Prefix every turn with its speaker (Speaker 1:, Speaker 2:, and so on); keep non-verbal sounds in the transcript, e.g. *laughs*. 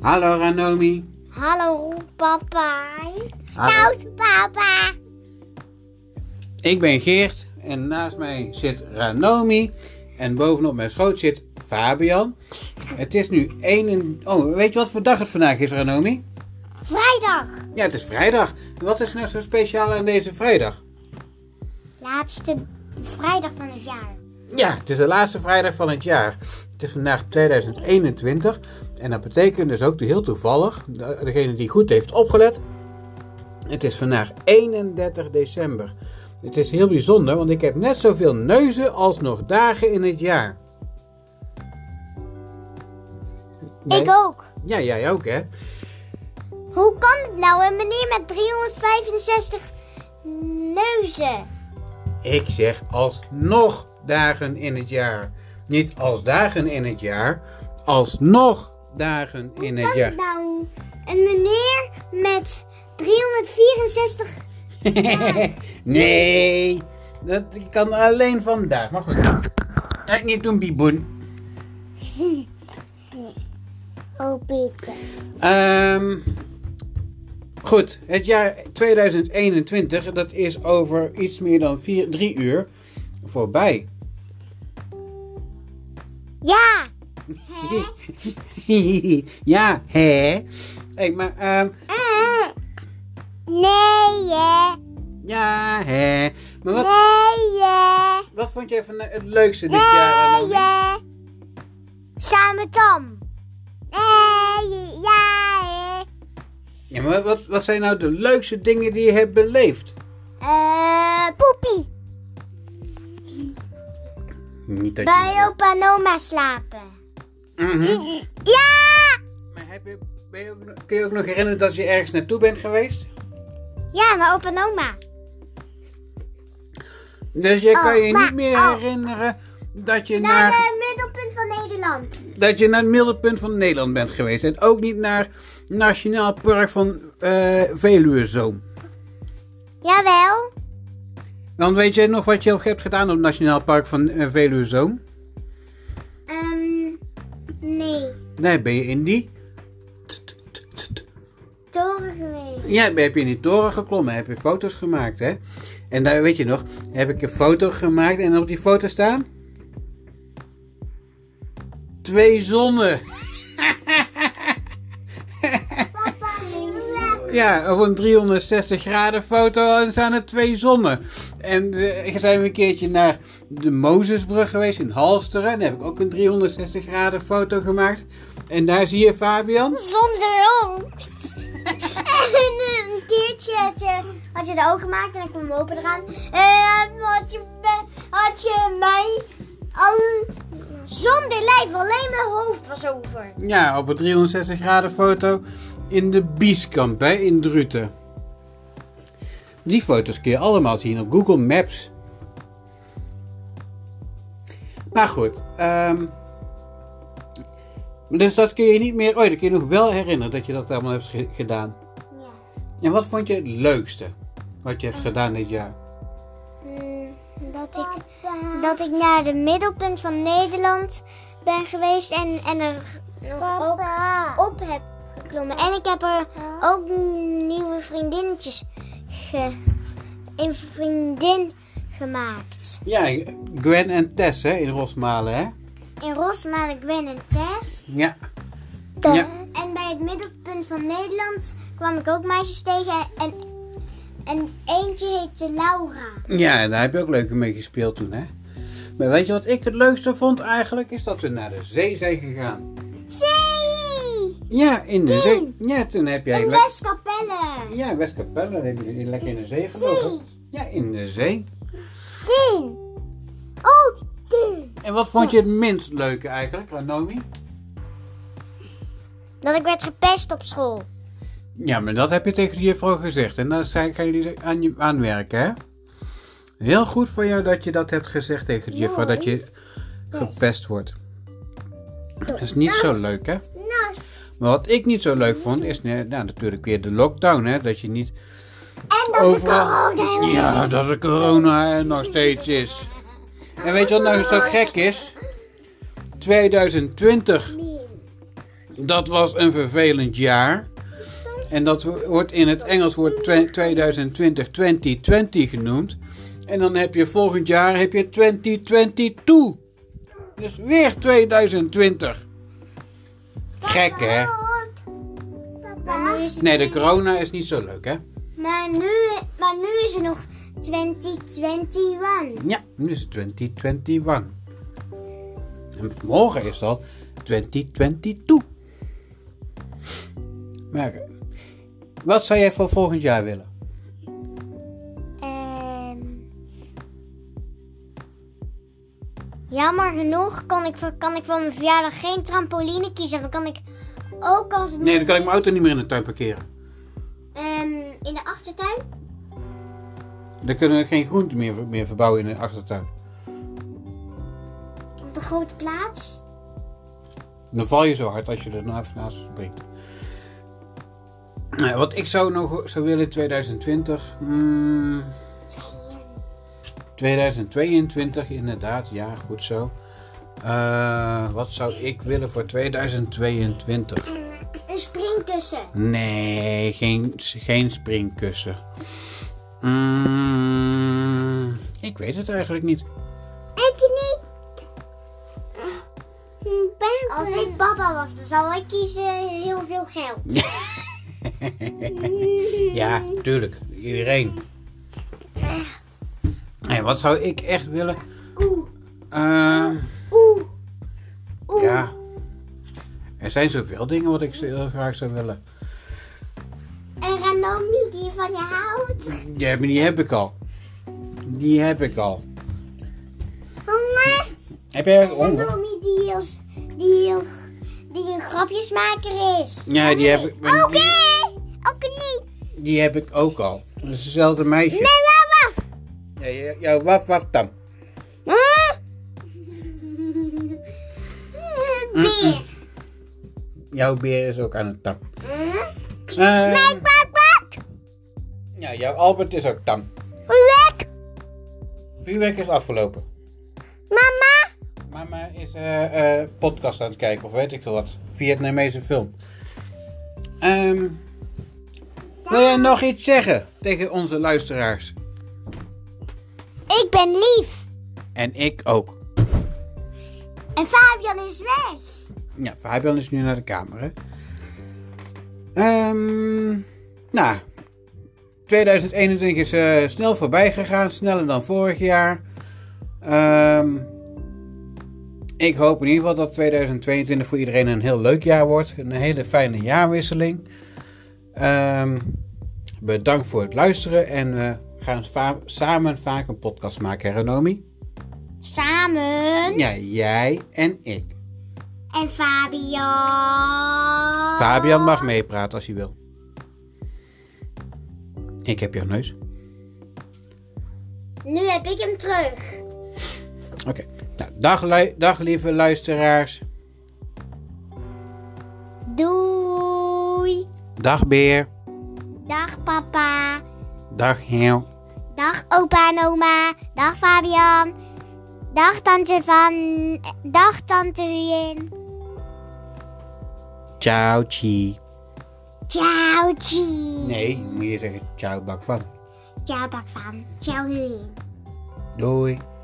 Speaker 1: Hallo Ranomi.
Speaker 2: Hallo papa.
Speaker 1: Hallo.
Speaker 2: Nou papa.
Speaker 1: Ik ben Geert en naast mij zit Ranomi. En bovenop mijn schoot zit Fabian. Het is nu 1... en- Oh, weet je wat voor dag het vandaag is, Ranomi?
Speaker 2: Vrijdag.
Speaker 1: Ja, het is vrijdag. Wat is er nou zo speciaal aan deze vrijdag?
Speaker 2: Laatste vrijdag van het jaar.
Speaker 1: Ja, het is de laatste vrijdag van het jaar. Het is vandaag 2021. En dat betekent dus ook heel toevallig, de- degene die goed heeft opgelet, het is vandaag 31 december. Het is heel bijzonder, want ik heb net zoveel neuzen als nog dagen in het jaar. Nee?
Speaker 2: Ik ook.
Speaker 1: Ja, jij ook hè?
Speaker 2: Hoe kan het nou een meneer met 365 neuzen?
Speaker 1: Ik zeg alsnog dagen in het jaar. Niet als dagen in het jaar, alsnog dagen in het
Speaker 2: Kan
Speaker 1: jaar.
Speaker 2: het nou een meneer met 364
Speaker 1: nee, dat kan alleen vandaag. Maar goed. Kijk niet doen, Biboen.
Speaker 2: Oh Peter.
Speaker 1: Ehm, goed, het jaar 2021, dat is over iets meer dan vier, drie uur voorbij. *laughs*
Speaker 2: Ja.
Speaker 1: ja, hè? hey, maar ehm,
Speaker 2: Eh. Nee hè.
Speaker 1: ja, hè? Maar wat,
Speaker 2: Nee hè.
Speaker 1: wat vond jij van eh, het leukste dit jaar?
Speaker 2: Nee,
Speaker 1: Naomi?
Speaker 2: ja. eh, Samen Tom. Nee, ja, eh, hè.
Speaker 1: Ja, maar wat, wat zijn nou de leukste dingen die je hebt beleefd?
Speaker 2: Eh, poepie.
Speaker 1: Niet dat
Speaker 2: Bij opa en oma slapen.
Speaker 1: Mhm.
Speaker 2: Ja!
Speaker 1: Maar heb je, ben je ook nog- kun je ook nog herinneren dat je ergens naartoe bent geweest?
Speaker 2: Ja, naar opa en oma.
Speaker 1: Dus je kan je
Speaker 2: Oh,
Speaker 1: niet
Speaker 2: maar-
Speaker 1: meer
Speaker 2: oh.
Speaker 1: herinneren dat je
Speaker 2: Naar
Speaker 1: naar,
Speaker 2: het middelpunt van Nederland.
Speaker 1: dat je naar het middelpunt van Nederland bent geweest. En ook niet naar Nationaal Park van eh Veluwezoom.
Speaker 2: Jawel.
Speaker 1: Dan weet je nog wat je hebt gedaan op het Nationaal Park van eh Veluwezoom.
Speaker 2: Ehm, nee.
Speaker 1: Daar ben je in die... t- t- t- t- t-
Speaker 2: Toren geweest.
Speaker 1: Ja, heb je in die toren geklommen, heb je foto's gemaakt, hè? En daar weet je nog, heb ik een foto gemaakt en op die foto staan. Twee zonnen.
Speaker 2: Papa, nee.
Speaker 1: Ja, op een 360 graden foto en staan er twee zonnen. En eh, zijn we een keertje naar de Mozesbrug geweest in Halsteren. En daar heb ik ook een 360 graden foto gemaakt. En daar zie je Fabian.
Speaker 2: Zonder hoofd. *laughs* en een keertje had je, had je de ogen gemaakt en ik kwam open eraan. En had je, me- had je mij al zonder lijf, alleen mijn hoofd was over.
Speaker 1: Ja, op een 360 graden foto in de Bieskamp, hè, in Druten. Die foto's kun je allemaal zien op Google Maps. Maar goed, ehm, dus dat kun je niet meer... Oh, dat kun je nog wel herinneren dat je dat allemaal hebt ge- gedaan.
Speaker 2: Ja.
Speaker 1: En wat vond je het leukste wat je hebt gedaan dit jaar?
Speaker 2: Hmm, dat, ik, dat ik naar de middelpunt van Nederland ben geweest en, en er nog ook op heb geklommen. En ik heb er ook nieuwe vriendinnetjes ge, een vriendin gemaakt.
Speaker 1: Ja, Gwen en Tess hè, in Rosmalen, hè?
Speaker 2: In Rosmalen, Gwen en Tess.
Speaker 1: Ja. Ja.
Speaker 2: En bij het middelpunt van Nederland kwam ik ook meisjes tegen en, en eentje heette Laura.
Speaker 1: Ja, en daar heb je ook leuk mee gespeeld toen, hè? Maar weet je wat ik het leukste vond eigenlijk? Is dat we naar de zee zijn gegaan.
Speaker 2: Zee!
Speaker 1: Ja, in de
Speaker 2: Toen?
Speaker 1: zee. Ja, toen heb jij...
Speaker 2: In
Speaker 1: le-
Speaker 2: Westkapelle.
Speaker 1: Ja, Westkapelle heb je lekker in de zee
Speaker 2: Zee!
Speaker 1: gelopen. Ja, in de zee.
Speaker 2: Ding! Oh, ding!
Speaker 1: En wat vond je het minst leuke eigenlijk, eh, Ranomi?
Speaker 2: Dat ik werd gepest op school.
Speaker 1: Ja, maar dat heb je tegen de juffrouw gezegd. En daar zijn, gaan jullie aan, je, aan werken, hè? Heel goed voor jou dat je dat hebt gezegd tegen de juffrouw.
Speaker 2: Nou,
Speaker 1: Dat je gepest wordt. Dat is niet zo leuk, hè?
Speaker 2: Nas.
Speaker 1: Maar wat ik niet zo leuk vond, is nee, nou, natuurlijk weer de lockdown. Hè? Dat je niet
Speaker 2: En dat
Speaker 1: overal...
Speaker 2: de corona heel
Speaker 1: Ja,
Speaker 2: erg is.
Speaker 1: dat de corona er nog steeds is. En weet je wat nou zo gek is? 2020 dat was een vervelend jaar. En dat wordt in het Engels wordt twe- 2020 2020 genoemd. En dan heb je volgend jaar heb je 2022. Dus weer 2020. Gek hè?
Speaker 2: Maar nu is het
Speaker 1: Nee, de corona is niet zo leuk hè?
Speaker 2: Maar nu, maar nu is het nog 2021.
Speaker 1: Ja, nu is het 2021. En morgen is dat 2022. Maar wat zou jij voor volgend jaar willen?
Speaker 2: Ehm jammer genoeg kan ik, voor, kan ik voor mijn verjaardag geen trampoline kiezen. Dan kan ik ook als het
Speaker 1: Nee, dan kan ik
Speaker 2: mooi
Speaker 1: mijn auto niet meer in de tuin parkeren.
Speaker 2: is, ehm, in de achtertuin.
Speaker 1: Dan kunnen we geen groenten meer, meer verbouwen in de achtertuin.
Speaker 2: Op de grote plaats.
Speaker 1: Dan val je zo hard als je er naast naast springt. Nou, wat ik zou nog zou willen in 2020. mm, 2022, inderdaad. Ja, goed zo. Eh, wat zou ik willen voor 2022?
Speaker 2: Een springkussen.
Speaker 1: Nee, geen, geen springkussen. Mm, ik weet het eigenlijk niet.
Speaker 2: Ik niet. Als ik papa was, dan zou ik kiezen heel veel geld.
Speaker 1: Ja, tuurlijk. Iedereen. Nee, wat zou ik echt willen? Ehm,
Speaker 2: Oeh.
Speaker 1: ja. Er zijn zoveel dingen wat ik zo- heel graag zou willen.
Speaker 2: Een random die van je houdt.
Speaker 1: Ja, maar die heb ik al. Die heb ik al.
Speaker 2: Mama,
Speaker 1: Heb jij er
Speaker 2: een
Speaker 1: honger?
Speaker 2: domie die, als, die, heel- die een grapjesmaker is.
Speaker 1: Ja, die heb ik.
Speaker 2: Oké,
Speaker 1: die,
Speaker 2: ook niet.
Speaker 1: die heb ik ook al. Dat is hetzelfde meisje.
Speaker 2: Nee, mama.
Speaker 1: Ja, ja, jouw waf waf tam.
Speaker 2: Beer.
Speaker 1: Jouw beer is ook aan het tam.
Speaker 2: Huh?
Speaker 1: Eh,
Speaker 2: Mijn papa.
Speaker 1: ja, jouw Albert is ook tam.
Speaker 2: Leuk.
Speaker 1: Vuurwerk is afgelopen.
Speaker 2: Mama.
Speaker 1: Mama is eh, eh, podcast aan het kijken of weet ik veel wat. Vietnamese film. Ehm, wil jij nog iets zeggen tegen onze luisteraars?
Speaker 2: Ik ben lief.
Speaker 1: En ik ook.
Speaker 2: En Fabian is weg.
Speaker 1: Ja, Fabian is nu naar de kamer. Hè? Ehm, nou, 2021 is eh, snel voorbij gegaan, sneller dan vorig jaar. Ehm, ik hoop in ieder geval dat 2022 voor iedereen een heel leuk jaar wordt. Een hele fijne jaarwisseling. Ehm, bedankt voor het luisteren en we gaan va- samen vaak een podcast maken, hè, Renomi?
Speaker 2: Samen.
Speaker 1: Ja, jij en ik.
Speaker 2: En Fabian.
Speaker 1: Fabian mag meepraten als hij wil. Ik heb jouw neus.
Speaker 2: Nu heb ik hem terug.
Speaker 1: Oké. Nou, dag, lui- dag lieve luisteraars.
Speaker 2: Doei.
Speaker 1: Dag Beer.
Speaker 2: Dag papa.
Speaker 1: Dag Heel.
Speaker 2: Dag opa en oma. Dag Fabian. Dag tante Van. Dag tante Huyen.
Speaker 1: Ciao, chi.
Speaker 2: Ciao, Chi.
Speaker 1: Nee, moet je zeggen ciao, bak van.
Speaker 2: Ciao, Bak Van. Ciao, Huyen.
Speaker 1: Doei.